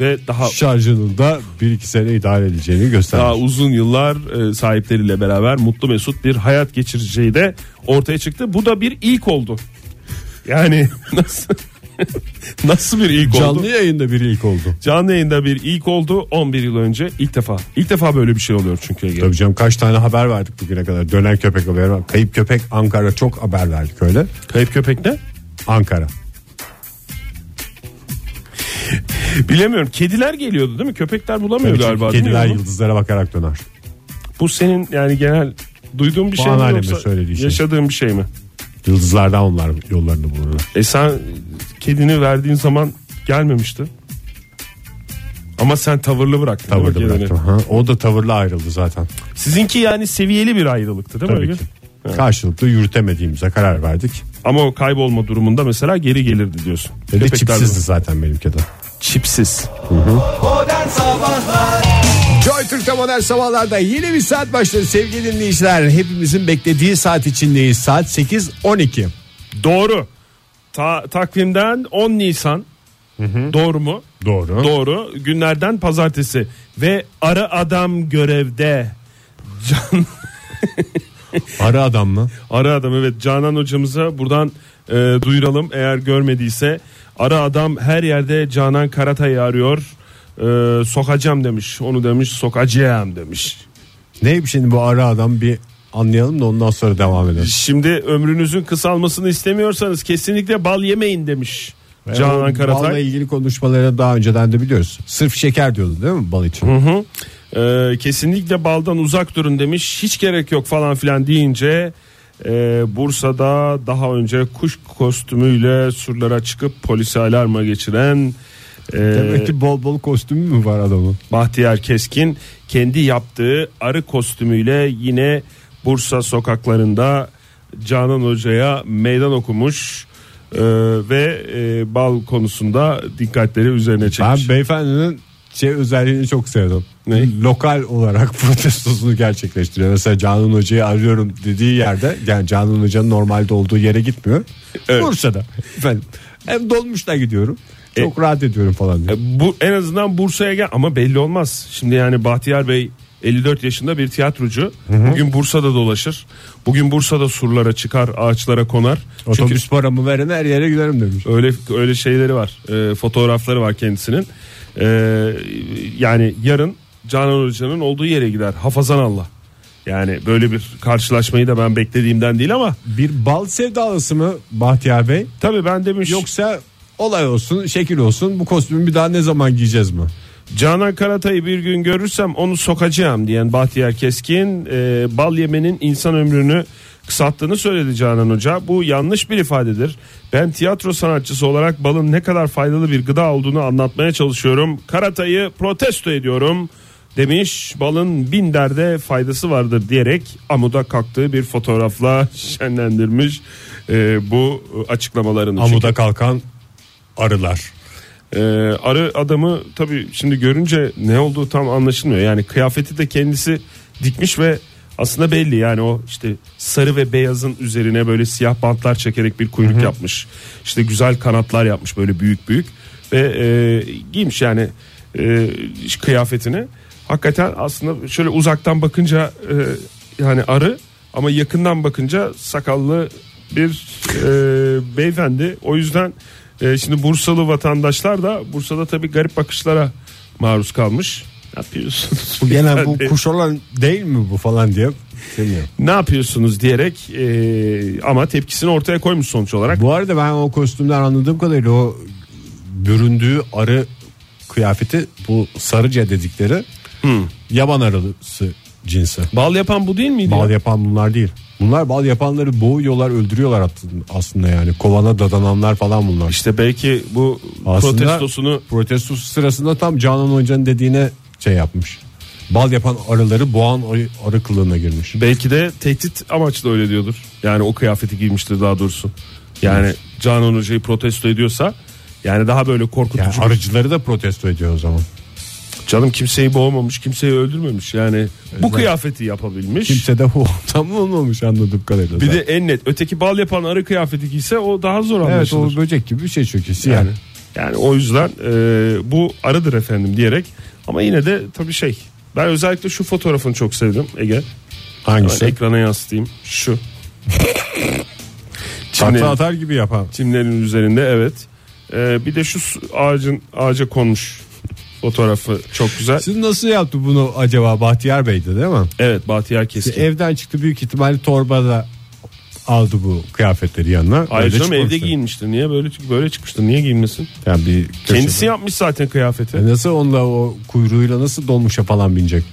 Speaker 5: ve daha
Speaker 3: Şarjının da 1-2 sene idare edeceğini
Speaker 5: daha
Speaker 3: göstermiş.
Speaker 5: uzun yıllar e, sahipleriyle beraber mutlu mesut bir hayat geçireceği de ortaya çıktı. Bu da bir ilk oldu. Yani <laughs> nasıl nasıl bir ilk oldu?
Speaker 3: Canlı yayında bir ilk oldu.
Speaker 5: Canlı yayında bir ilk oldu 11 yıl önce ilk defa. İlk defa böyle bir şey oluyor çünkü Ege.
Speaker 3: Tabii canım kaç tane haber verdik bugüne kadar. Dönen köpek haberi var. Kayıp köpek Ankara çok haber verdik öyle.
Speaker 5: Kayıp köpek ne?
Speaker 3: Ankara.
Speaker 5: Bilemiyorum. Kediler geliyordu değil mi? Köpekler bulamıyor
Speaker 3: Tabii çünkü
Speaker 5: galiba. değil mi
Speaker 3: kediler
Speaker 5: onu?
Speaker 3: yıldızlara bakarak döner.
Speaker 5: Bu senin yani genel duyduğun bir şey mi
Speaker 3: anneannemin
Speaker 5: yoksa
Speaker 3: söylediği şey.
Speaker 5: yaşadığın bir şey mi?
Speaker 3: Yıldızlardan onlar yollarını bulurlar.
Speaker 5: E sen kedini verdiğin zaman gelmemişti. Ama sen tavırlı bıraktın. değil mi
Speaker 3: Tavırda
Speaker 5: kedini?
Speaker 3: bıraktım. Ha, o da tavırla ayrıldı zaten.
Speaker 5: Sizinki yani seviyeli bir ayrılıktı değil mi?
Speaker 3: Tabii
Speaker 5: Ege?
Speaker 3: ki. Karşılıklı yürütemediğimize karar verdik.
Speaker 5: Ama o kaybolma durumunda mesela geri gelirdi diyorsun.
Speaker 3: Ve de
Speaker 5: Köpekler-
Speaker 3: çipsizdi zaten benimki de.
Speaker 5: Çipsiz.
Speaker 2: Modern Sabahlar
Speaker 3: Joy Türk'te modern sabahlarda yeni bir saat başladı sevgili dinleyiciler. Hepimizin beklediği saat içindeyiz. Saat 8.12.
Speaker 5: Doğru. Ta- takvimden 10 Nisan Doğru mu?
Speaker 3: Doğru.
Speaker 5: Doğru. Günlerden pazartesi ve ara adam görevde. Can
Speaker 3: Ara adam mı?
Speaker 5: Ara Adam evet Canan hocamıza buradan e, duyuralım eğer görmediyse. Ara Adam her yerde Canan Karatay'ı arıyor. E, sokacağım demiş onu demiş sokacağım demiş.
Speaker 3: Neymiş şimdi bu ara adam bir anlayalım da ondan sonra devam edelim.
Speaker 5: Şimdi ömrünüzün kısalmasını istemiyorsanız kesinlikle bal yemeyin demiş Canan
Speaker 3: E, Balla
Speaker 5: Karatay.
Speaker 3: ilgili konuşmaları daha önceden de biliyoruz. Sırf şeker diyordu değil mi bal için?
Speaker 5: Hı hı. E, kesinlikle baldan uzak durun demiş hiç gerek yok falan filan deyince e, Bursa'da daha önce kuş kostümüyle surlara çıkıp polise alarma geçiren e,
Speaker 3: Demek ki bol bol kostümü mü var adamın?
Speaker 5: Bahtiyar Keskin kendi yaptığı arı kostümüyle yine Bursa sokaklarında Canan Hoca'ya meydan okumuş e, ve e, bal konusunda dikkatleri üzerine
Speaker 3: Ben
Speaker 5: çekmiş.
Speaker 3: beyefendinin şey özelliğini çok sevdim.
Speaker 5: Ne?
Speaker 3: Lokal olarak <laughs> protestosunu gerçekleştiriyor. Mesela Canan Hoca'yı arıyorum dediği yerde yani Canan Hoca'nın normalde olduğu yere gitmiyor.
Speaker 5: Evet.
Speaker 3: Bursa'da. Efendim hem dolmuşla gidiyorum. Çok rahat ediyorum falan diyor.
Speaker 5: E, bu en azından Bursa'ya gel ama belli olmaz. Şimdi yani Bahtiyar Bey 54 yaşında bir tiyatrocu. Bugün Bursa'da dolaşır. Bugün Bursa'da surlara çıkar, ağaçlara konar. Çünkü
Speaker 3: Otobüs paramı veren her yere giderim demiş.
Speaker 5: Öyle öyle şeyleri var. Ee, fotoğrafları var kendisinin. Ee, yani yarın Canan Hoca'nın olduğu yere gider. Hafazan Allah. Yani böyle bir karşılaşmayı da ben beklediğimden değil ama
Speaker 3: Bir bal sevdalısı mı Bahtiyar Bey?
Speaker 5: tabii ben demiş yok
Speaker 3: Yoksa olay olsun, şekil olsun bu kostümü bir daha ne zaman giyeceğiz mi?
Speaker 5: Canan Karatay'ı bir gün görürsem onu sokacağım diyen Bahtiyar Keskin e, bal yemenin insan ömrünü kısalttığını söyledi Canan Hoca. Bu yanlış bir ifadedir. Ben tiyatro sanatçısı olarak balın ne kadar faydalı bir gıda olduğunu anlatmaya çalışıyorum. Karatay'ı protesto ediyorum demiş. Balın bin derde faydası vardır diyerek amuda kalktığı bir fotoğrafla <laughs> şenlendirmiş e, bu açıklamalarını. Çünkü-
Speaker 3: Amuda kalkan arılar.
Speaker 5: ee, arı adamı tabii şimdi görünce ne olduğu tam anlaşılmıyor. Yani kıyafeti de kendisi dikmiş ve aslında belli yani o işte sarı ve beyazın üzerine böyle siyah bantlar çekerek bir kuyruk yapmış. İşte güzel kanatlar yapmış böyle büyük büyük ve e, giymiş yani e, kıyafetini. Hakikaten aslında şöyle uzaktan bakınca e, yani arı ama yakından bakınca sakallı bir e, beyefendi. O yüzden e, şimdi Bursalı vatandaşlar da Bursa'da tabii garip bakışlara maruz kalmış. Ne yapıyorsunuz?
Speaker 3: <laughs>
Speaker 5: <laughs>
Speaker 3: Bu genel bu
Speaker 5: beyefendi?
Speaker 3: kuş olan değil mi bu falan diye. Bilmiyorum.
Speaker 5: Ne yapıyorsunuz diyerek e, ama tepkisini ortaya koymuş sonuç olarak.
Speaker 3: Bu arada ben o kostümden anladığım kadarıyla o büründüğü arı kıyafeti bu sarıca dedikleri yaban arısı cinsi.
Speaker 5: Bal yapan bu değil miydi? ya?
Speaker 3: Bal yapan bunlar değil. Bunlar bal yapanları boğuyorlar öldürüyorlar aslında yani. Kovana dadananlar falan bunlar.
Speaker 5: İşte belki bu
Speaker 3: Aslında-
Speaker 5: protestosunu
Speaker 3: protestosu sırasında tam Canan Hoca'nın dediğine şey yapmış. Bal yapan arıları boğan arı, arı kılığına girmiş.
Speaker 5: belki de tehdit amaçlı öyle diyordur. Yani o kıyafeti giymiştir daha doğrusu. Yani Canan Hoca'yı protesto ediyorsa yani daha böyle
Speaker 3: Yani
Speaker 5: korkutucu.
Speaker 3: arıcıları da protesto ediyor o zaman.
Speaker 5: Canım kimseyi boğmamış, kimseyi öldürmemiş. Yani bu kıyafeti yapabilmiş.
Speaker 3: Kimse de bu <laughs> tam olmamış anladığım kadarıyla.
Speaker 5: Bir de en net öteki bal yapan arı kıyafeti giyse o daha zor
Speaker 3: evet o
Speaker 5: anlaşılır.
Speaker 3: böcek gibi bir şey çünkü siyah.
Speaker 5: yani. Yani o yüzden e, bu arıdır efendim diyerek ama yine de tabii şey ben özellikle şu fotoğrafını çok sevdim Ege. Ben
Speaker 3: Hangisi?
Speaker 5: ekrana yansıtayım
Speaker 3: <laughs>
Speaker 5: şu.
Speaker 3: Çatı
Speaker 5: Çimlerin,
Speaker 3: atar gibi yapan.
Speaker 5: çimlerin üzerinde evet. E, bir de şu su- ağacın ağaca konmuş fotoğrafı çok güzel.
Speaker 3: Siz nasıl yaptı bunu acaba Bahtiyar Bey'di değil mi?
Speaker 5: Evet Bahtiyar Keskin.
Speaker 3: Evden çıktı büyük ihtimalle torbada aldı bu kıyafetleri yanına. Öyle
Speaker 5: Ayrıca
Speaker 3: çıkmamıştı.
Speaker 5: evde giyinmişti. Niye böyle böyle çıkmıştı? Niye giyinmesin?
Speaker 3: Yani bir köşede. E,
Speaker 5: Kendisi yapmış zaten kıyafeti.
Speaker 3: Nasıl onunla o kuyruğuyla nasıl dolmuşa falan binecek?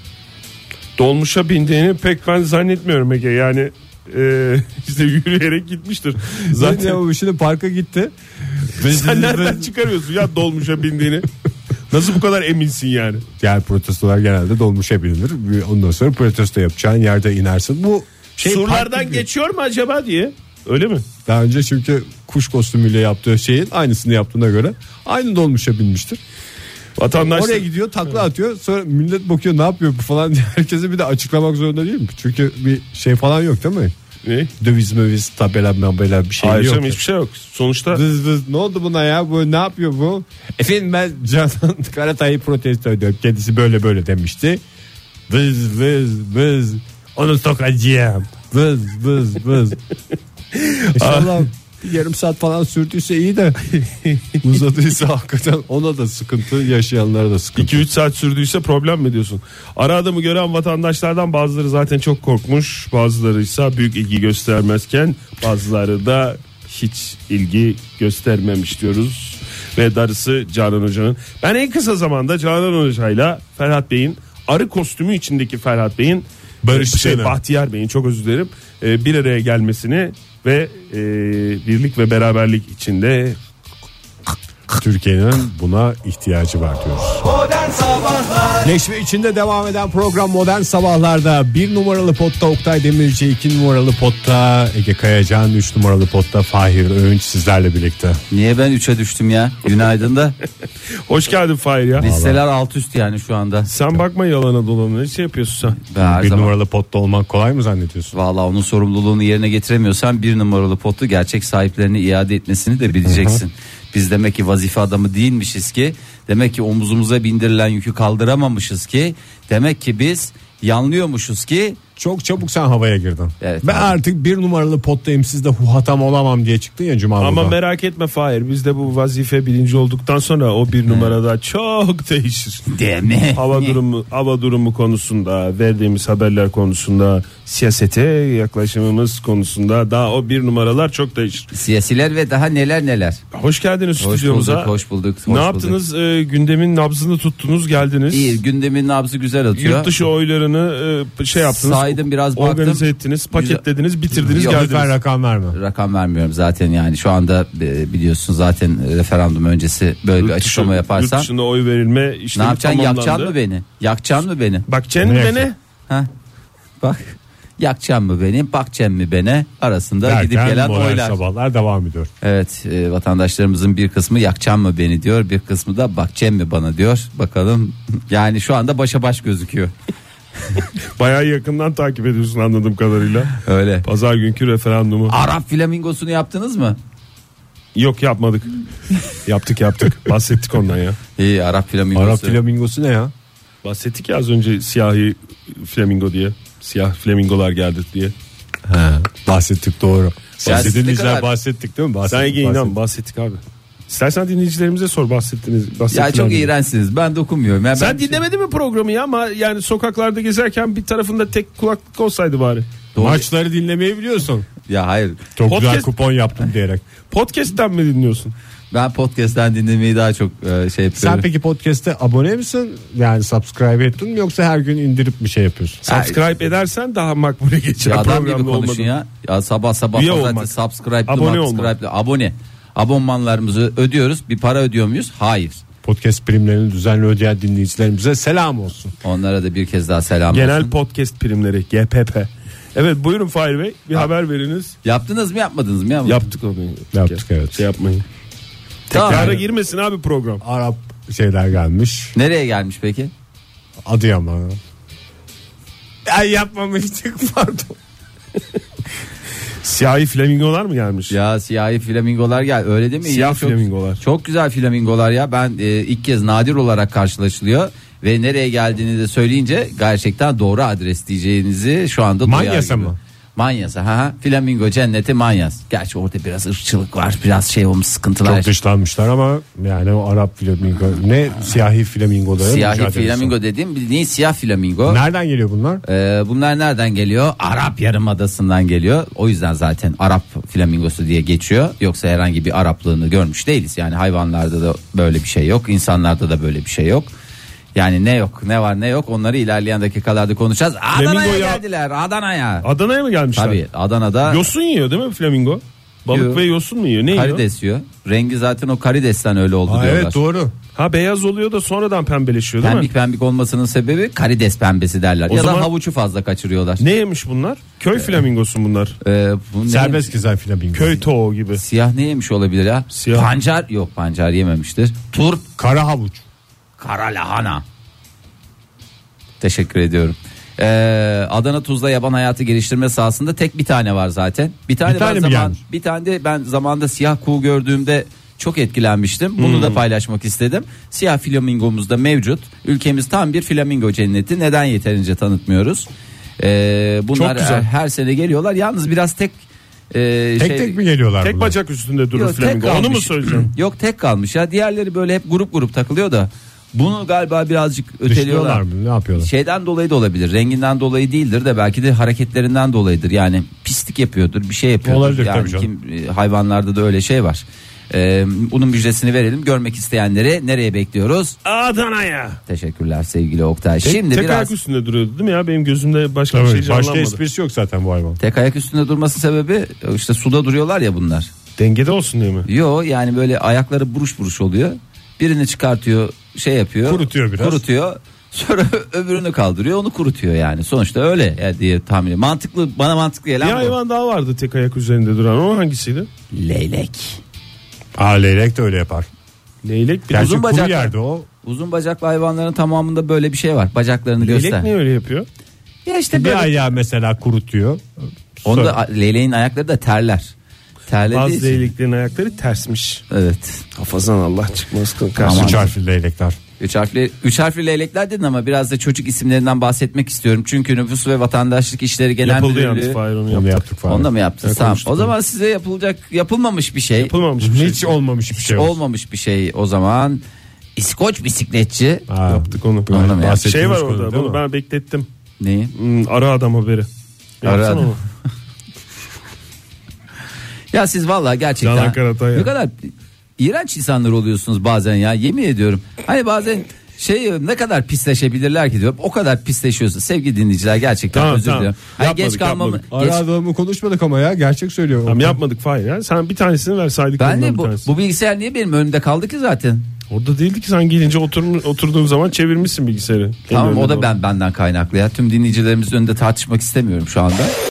Speaker 5: Dolmuşa bindiğini pek ben zannetmiyorum Ege. Yani e, <laughs> işte yürüyerek gitmiştir.
Speaker 3: <laughs> Zaten
Speaker 5: Zaten <laughs>
Speaker 3: o şimdi parka gitti.
Speaker 5: sen nereden çıkarıyorsun ya dolmuşa bindiğini? Nasıl bu kadar eminsin yani?
Speaker 3: Yani protestolar genelde dolmuşa binilir. Ondan sonra protesto yapacağın yerde inersin. Bu şey park
Speaker 5: Surlardan
Speaker 3: gibi.
Speaker 5: geçiyor mu acaba diye. Öyle mi?
Speaker 3: Daha önce çünkü kuş kostümüyle yaptığı şeyin aynısını yaptığına göre aynı dolmuşa binmiştir.
Speaker 5: Vatandaş
Speaker 3: Oraya gidiyor takla atıyor sonra <laughs> millet bakıyor ne yapıyor bu falan diye herkese bir de açıklamak zorunda değil mi? Çünkü bir şey falan yok değil mi?
Speaker 5: Ne?
Speaker 3: Döviz möviz tabela mabela bir şey
Speaker 5: Hayır
Speaker 3: yok.
Speaker 5: canım hiçbir şey yok. Sonuçta
Speaker 3: Vız vız. Ne oldu buna ya? Bu ne yapıyor bu? Efendim ben Canan <laughs> Karatay'ı protesto ediyorum. Kendisi böyle böyle demişti. Vız vız vız. Onu sokacağım. Vız vız <laughs> vız. İnşallah bir yarım saat falan sürdüyse iyi <laughs> de uzadıysa hakikaten ona da sıkıntı yaşayanlara da sıkıntı.
Speaker 5: 2-3 saat sürdüyse problem mi diyorsun? Ara adamı gören vatandaşlardan bazıları zaten çok korkmuş. Bazıları ise büyük ilgi göstermezken bazıları da hiç ilgi göstermemiş diyoruz. Ve darısı Canan Hoca'nın. Ben en kısa zamanda Canan Hoca'yla Ferhat Bey'in arı kostümü içindeki Ferhat Bey'in
Speaker 3: Barışçı
Speaker 5: şey,
Speaker 3: Şener.
Speaker 5: Bahtiyar Bey'in çok özür dilerim e, bir araya gelmesini ve e, birlik ve beraberlik içinde
Speaker 3: Türkiye'nin buna ihtiyacı var diyoruz.
Speaker 2: Modern Sabahlar
Speaker 3: Neşve içinde devam eden program Modern Sabahlar'da bir numaralı potta Oktay Demirci, iki numaralı potta Ege Kayacan, üç numaralı potta Fahir Öğünç sizlerle birlikte.
Speaker 4: Niye ben 3'e düştüm ya? Günaydın
Speaker 5: <laughs>
Speaker 4: da.
Speaker 5: hoş geldin Fahir ya.
Speaker 4: Listeler alt üst yani şu anda.
Speaker 5: Sen bakma yalana dolana ne şey yapıyorsun sen?
Speaker 4: Ben her
Speaker 3: bir
Speaker 4: zaman
Speaker 3: numaralı potta olmak kolay mı zannediyorsun?
Speaker 4: Valla onun sorumluluğunu yerine getiremiyorsan bir numaralı potu gerçek sahiplerine iade etmesini de bileceksin. Biz demek ki vazife adamı değilmişiz ki demek ki omuzumuza bindirilen yükü kaldıramamışız ki demek ki biz yanlıyormuşuz ki
Speaker 3: Çok çabuk sen havaya girdin.
Speaker 4: Evet,
Speaker 3: ben
Speaker 4: abi.
Speaker 3: artık bir numaralı pottayım sizde huhatam olamam diye çıktın ya Cuma
Speaker 5: Ama
Speaker 3: burada.
Speaker 5: merak etme Fahir biz de bu vazife bilinci olduktan sonra o bir numarada çok değişir.
Speaker 4: değil mi?
Speaker 5: Hava durumu hava durumu konusunda verdiğimiz haberler konusunda siyasete yaklaşımımız konusunda daha o bir numaralar çok değişir.
Speaker 4: Siyasiler ve daha neler neler.
Speaker 5: Hoş geldiniz
Speaker 4: Hoş
Speaker 5: stüdyomuza.
Speaker 4: bulduk, hoş bulduk, hoş
Speaker 5: ne
Speaker 4: bulduk.
Speaker 5: yaptınız? Ee, gündemin nabzını tuttunuz geldiniz.
Speaker 4: İyi gündemin nabzı güzel atıyor.
Speaker 5: Yurt dışı oylarını e, şey yaptınız.
Speaker 4: Saydım, biraz baktım.
Speaker 5: Organize ettiniz, paketlediniz, bitirdiniz,
Speaker 4: Yok,
Speaker 5: geldiniz.
Speaker 3: Lütfen rakam verme.
Speaker 4: rakam vermiyorum zaten yani şu anda e, biliyorsun zaten referandum öncesi böyle bir
Speaker 5: Yurt dışı-
Speaker 4: açıklama yaparsan
Speaker 5: Yurt dışında oy verilme işlemi
Speaker 4: ne yapacaksın
Speaker 5: tamamlandı.
Speaker 4: yakacaksın mı beni? Yakacaksın mı beni?
Speaker 5: Bakacaksın
Speaker 3: Ne
Speaker 5: mı
Speaker 3: yapacak?
Speaker 5: beni?
Speaker 4: Ha? Bak yakacaksın mı beni? Bakacaksın mı beni? Arasında
Speaker 3: Derken
Speaker 4: gidip gelen
Speaker 3: modern
Speaker 4: oylar.
Speaker 3: sabahlar devam ediyor.
Speaker 4: Evet e, vatandaşlarımızın bir kısmı yakacaksın mı beni diyor bir kısmı da bakacaksın mı bana diyor. Bakalım yani şu anda başa baş gözüküyor.
Speaker 5: Bayağı yakından takip ediyorsun
Speaker 4: <laughs>
Speaker 5: anladığım kadarıyla.
Speaker 4: Öyle.
Speaker 5: Pazar günkü referandumu.
Speaker 4: Arap flamingosunu yaptınız mı?
Speaker 5: Yok yapmadık.
Speaker 4: <laughs>
Speaker 5: yaptık yaptık. Bahsettik ondan ya.
Speaker 4: İyi Arap flamingosu.
Speaker 3: Arap flamingosu ne ya?
Speaker 5: Bahsettik ya az önce siyahi flamingo diye. Siyah flamingolar geldi diye.
Speaker 3: Bahsettik doğru.
Speaker 4: Bahsettik
Speaker 3: Bahsettik
Speaker 4: kadar.
Speaker 3: bahsettik değil mi? Bahsettik,
Speaker 5: Sen Ege
Speaker 3: bahsettik.
Speaker 5: inan bahsettik abi. İstersen dinleyicilerimize sor bahsettiniz.
Speaker 4: Ya çok
Speaker 5: iyi.
Speaker 4: iğrençsiniz ben dokunmuyorum. Ya
Speaker 5: Sen
Speaker 4: ben-
Speaker 5: dinlemedin mi programı ya ama yani sokaklarda gezerken bir tarafında tek kulaklık olsaydı bari.
Speaker 4: Doğru.
Speaker 3: Maçları dinlemeyi biliyorsun.
Speaker 4: Ya hayır
Speaker 3: Çok güzel
Speaker 5: Podcast-
Speaker 3: kupon yaptım diyerek.
Speaker 5: Podcast'ten mi dinliyorsun?
Speaker 4: Ben podcast'ten dinlemeyi daha çok e, şey
Speaker 3: Sen
Speaker 4: yapıyorum.
Speaker 3: peki podcast'e abone misin? Yani subscribe ettin mi yoksa her gün indirip mi şey yapıyorsun?
Speaker 5: Subscribe edersen daha makbule geçer.
Speaker 4: ya adam gibi
Speaker 5: Programda
Speaker 4: konuşun
Speaker 5: olmadı.
Speaker 4: ya. Ya sabah sabah
Speaker 5: Üye
Speaker 4: pazartesi
Speaker 5: olmak.
Speaker 4: subscribe'lı,
Speaker 5: Abone olmak.
Speaker 4: subscribe'lı, abone. Abonmanlarımızı ödüyoruz. Bir para ödüyor muyuz? Hayır.
Speaker 3: Podcast primlerini düzenli ödeyen dinleyicilerimize selam olsun.
Speaker 4: Onlara da bir kez daha selam
Speaker 5: Genel
Speaker 4: olsun.
Speaker 5: podcast primleri GPP. Evet buyurun Fahir Bey bir haber veriniz.
Speaker 4: Yaptınız mı yapmadınız mı? Yapmadınız.
Speaker 5: Yaptık onu.
Speaker 3: Yaptık evet.
Speaker 5: Şey yapmayın.
Speaker 4: Tamam.
Speaker 5: Tekrara girmesin abi program.
Speaker 3: Arap şeyler gelmiş.
Speaker 4: Nereye gelmiş peki?
Speaker 3: Adıyaman. Ay yapmamıştık pardon.
Speaker 5: <laughs> Siyahi flamingolar mı gelmiş?
Speaker 4: Ya siyahi flamingolar gel öyle değil mi?
Speaker 5: Siyah
Speaker 4: Ya çok-
Speaker 5: flamingolar.
Speaker 4: Çok güzel flamingolar ya ben e, ilk kez nadir olarak karşılaşılıyor. Ve nereye geldiğini de söyleyince gerçekten doğru adres diyeceğinizi şu anda duyar
Speaker 3: Manyas'a
Speaker 4: gibi.
Speaker 3: mı?
Speaker 4: Manyas'a ha ha. Flamingo cenneti Manyas. Gerçi orada biraz ırkçılık var biraz şey olmuş sıkıntılar.
Speaker 3: Çok dışlanmışlar ama yani o Arap flamingo ne siyahi flamingoları
Speaker 4: Siyahi
Speaker 3: mücadelesi.
Speaker 4: flamingo dediğim bildiğin siyah flamingo.
Speaker 3: Nereden geliyor bunlar?
Speaker 4: Ee, bunlar nereden geliyor? Arap Yarımadası'ndan geliyor. O yüzden zaten Arap flamingosu diye geçiyor. Yoksa herhangi bir Araplığını görmüş değiliz. Yani hayvanlarda da böyle bir şey yok. insanlarda da böyle bir şey yok. Yani ne yok ne var ne yok onları ilerleyen dakikalarda konuşacağız. Adana'ya
Speaker 5: Flamingo ya-
Speaker 4: geldiler Adana'ya.
Speaker 5: Adana'ya mı gelmişler?
Speaker 4: Tabii Adana'da
Speaker 5: Yosun yiyor değil mi flamingo? Balık
Speaker 4: Yiyor.
Speaker 5: ve yosun mu yiyor? Ne yiyor?
Speaker 4: karides yiyor. Rengi zaten o karidesten öyle oldu diyorlar.
Speaker 3: doğru.
Speaker 5: Ha beyaz oluyor da sonradan pembeleşiyor değil
Speaker 4: Pembik
Speaker 5: mi?
Speaker 4: pembik olmasının sebebi karides pembesi derler.
Speaker 5: O
Speaker 4: ya
Speaker 5: zaman-
Speaker 4: da havucu fazla kaçırıyorlar.
Speaker 5: Ne yemiş bunlar? Köy flamingosu bunlar.
Speaker 4: Ee, bu ne-
Speaker 3: Serbest gezen flamingo.
Speaker 5: Köy toğu gibi.
Speaker 4: Siyah ne yemiş olabilir ya?
Speaker 5: Siyah.
Speaker 4: Pancar yok pancar yememiştir. Turp
Speaker 3: Kara havuç.
Speaker 4: kara lahana. Teşekkür ediyorum. Ee, Adana Tuzla Yaban Hayatı Geliştirme Sahası'nda tek bir tane var zaten. Bir tane,
Speaker 6: Bir tane
Speaker 4: ben
Speaker 6: mi
Speaker 4: zaman,
Speaker 6: gelmiş?
Speaker 4: bir tane de ben zamanda siyah kuğu gördüğümde çok etkilenmiştim.
Speaker 6: Hmm.
Speaker 4: Bunu da paylaşmak istedim. Siyah flamingomuz da mevcut. Ülkemiz tam bir flamingo cenneti. Neden yeterince tanıtmıyoruz? Ee, bunlar
Speaker 6: Çok güzel.
Speaker 4: Her, her sene geliyorlar. Yalnız biraz tek e,
Speaker 6: Tek
Speaker 4: şey-
Speaker 6: tek mi geliyorlar
Speaker 5: Tek
Speaker 6: bunlar?
Speaker 5: bacak üstünde durur
Speaker 4: Yok, tek
Speaker 5: flamingo. Onu mu
Speaker 4: kalmış.
Speaker 5: söyleyeceğim?
Speaker 4: <clears throat> Yok tek kalmış ya. Diğerleri böyle hep grup grup takılıyor da. Bunu galiba birazcık
Speaker 6: Dışlıyorlar
Speaker 4: öteliyorlar.
Speaker 6: mı? Ne yapıyorlar?
Speaker 4: Şeyden dolayı da olabilir. Renginden dolayı değildir de belki de hareketlerinden dolayıdır. Yani pislik yapıyordur, bir şey yapıyordur.
Speaker 6: Olabilir
Speaker 4: yani
Speaker 6: tabii canım.
Speaker 4: kim- e, hayvanlarda da öyle şey var. Ee, bunun müjdesini verelim. Görmek isteyenleri nereye bekliyoruz?
Speaker 5: Adana'ya.
Speaker 4: Teşekkürler sevgili Oktay. Şimdi
Speaker 5: tek
Speaker 4: biraz
Speaker 5: ayak üstünde duruyordu değil mi ya? Benim gözümde başka bir şey
Speaker 6: Tabii,
Speaker 5: canlanmadı.
Speaker 6: başka esprisi yok zaten bu hayvan.
Speaker 4: tek ayak üstünde durması sebebi işte suda duruyorlar ya bunlar.
Speaker 5: Dengede olsun diye mi?
Speaker 4: Yo yani böyle ayakları buruş buruş oluyor. Birini çıkartıyor, şey yapıyor.
Speaker 6: Kurutuyor biraz.
Speaker 4: Kurutuyor. Sonra <laughs> öbürünü kaldırıyor, onu kurutuyor yani. Sonuçta öyle ya diye tahmin ediyorum. Mantıklı, bana mantıklı
Speaker 5: Bir
Speaker 4: gelen bu.
Speaker 5: hayvan daha vardı tek ayak üzerinde duran. O hangisiydi?
Speaker 4: Leylek.
Speaker 6: Aa leylek de öyle yapar.
Speaker 5: Leylek. Bir
Speaker 6: Gerçi
Speaker 4: Uzun
Speaker 6: kuru
Speaker 4: bacaklı.
Speaker 6: yerde o.
Speaker 4: Uzun bacaklı hayvanların tamamında böyle bir şey var. Bacaklarını
Speaker 5: Leylek
Speaker 4: göster.
Speaker 5: niye öyle yapıyor?
Speaker 4: Ya işte
Speaker 6: Bir
Speaker 4: böyle.
Speaker 6: ayağı mesela kurutuyor.
Speaker 4: Onda a- leyleğin ayakları da terler. Terlediği
Speaker 5: Bazı
Speaker 4: için.
Speaker 5: leyleklerin ayakları tersmiş.
Speaker 4: Evet.
Speaker 5: Hafazan Allah çıkmaz
Speaker 4: Aman.
Speaker 6: Üç harfli leylekler.
Speaker 4: Üç harfli, üç harfli leylekler dedin ama biraz da çocuk isimlerinden bahsetmek istiyorum. Çünkü nüfus ve vatandaşlık işleri genel
Speaker 5: Yapıldı
Speaker 4: müdürlüğü.
Speaker 5: yalnız Fahir onu
Speaker 6: Onu
Speaker 5: yaptı.
Speaker 6: yaptık falan.
Speaker 4: Onda mı yaptın?
Speaker 5: Evet,
Speaker 4: tamam.
Speaker 5: konuştuk
Speaker 4: O zaman size yapılacak yapılmamış bir şey.
Speaker 5: Yapılmamış bir şey.
Speaker 6: Hiç olmamış bir şey olsun.
Speaker 4: olmamış bir şey o zaman. İskoç bisikletçi.
Speaker 6: Ha,
Speaker 5: Yaptık onu.
Speaker 4: Anladım ya.
Speaker 6: bahsettiğimiz
Speaker 5: Şey var
Speaker 6: konu
Speaker 5: orada
Speaker 6: değil
Speaker 5: bunu
Speaker 6: mi?
Speaker 5: ben beklettim.
Speaker 4: Neyi?
Speaker 5: Hmm, ara adam haberi.
Speaker 4: Ara
Speaker 5: Yapsana
Speaker 4: adam.
Speaker 5: onu.
Speaker 4: Ya siz vallahi gerçekten
Speaker 5: Canan Karatay ya.
Speaker 4: ne kadar iğrenç insanlar oluyorsunuz bazen ya yemin ediyorum. Hani bazen şey ne kadar pisleşebilirler ki diyorum. O kadar pisleşiyorsun. Sevgili dinleyiciler gerçekten
Speaker 5: Tamam,
Speaker 4: özür
Speaker 5: tamam.
Speaker 4: diliyorum. Hani
Speaker 5: Yapmadık,
Speaker 4: geç kalmamı
Speaker 5: yapmadık.
Speaker 4: geç-
Speaker 6: Ara adamı konuşmadık ama ya gerçek söylüyor.
Speaker 5: Tamam yapmadık Fahir ya. Sen bir tanesini versaydık.
Speaker 4: ben
Speaker 5: ondan
Speaker 4: de
Speaker 5: bir
Speaker 4: bu,
Speaker 5: tanesini.
Speaker 4: bu bilgisayar niye benim önümde kaldı ki zaten?
Speaker 5: Orada değildi ki sen gelince oturm- oturduğun zaman çevirmişsin bilgisayarı. Kendi
Speaker 4: Tamam o
Speaker 5: önüne
Speaker 4: da
Speaker 5: doğru.
Speaker 4: ben benden kaynaklı ya. Tüm dinleyicilerimizin önünde tartışmak istemiyorum şu anda.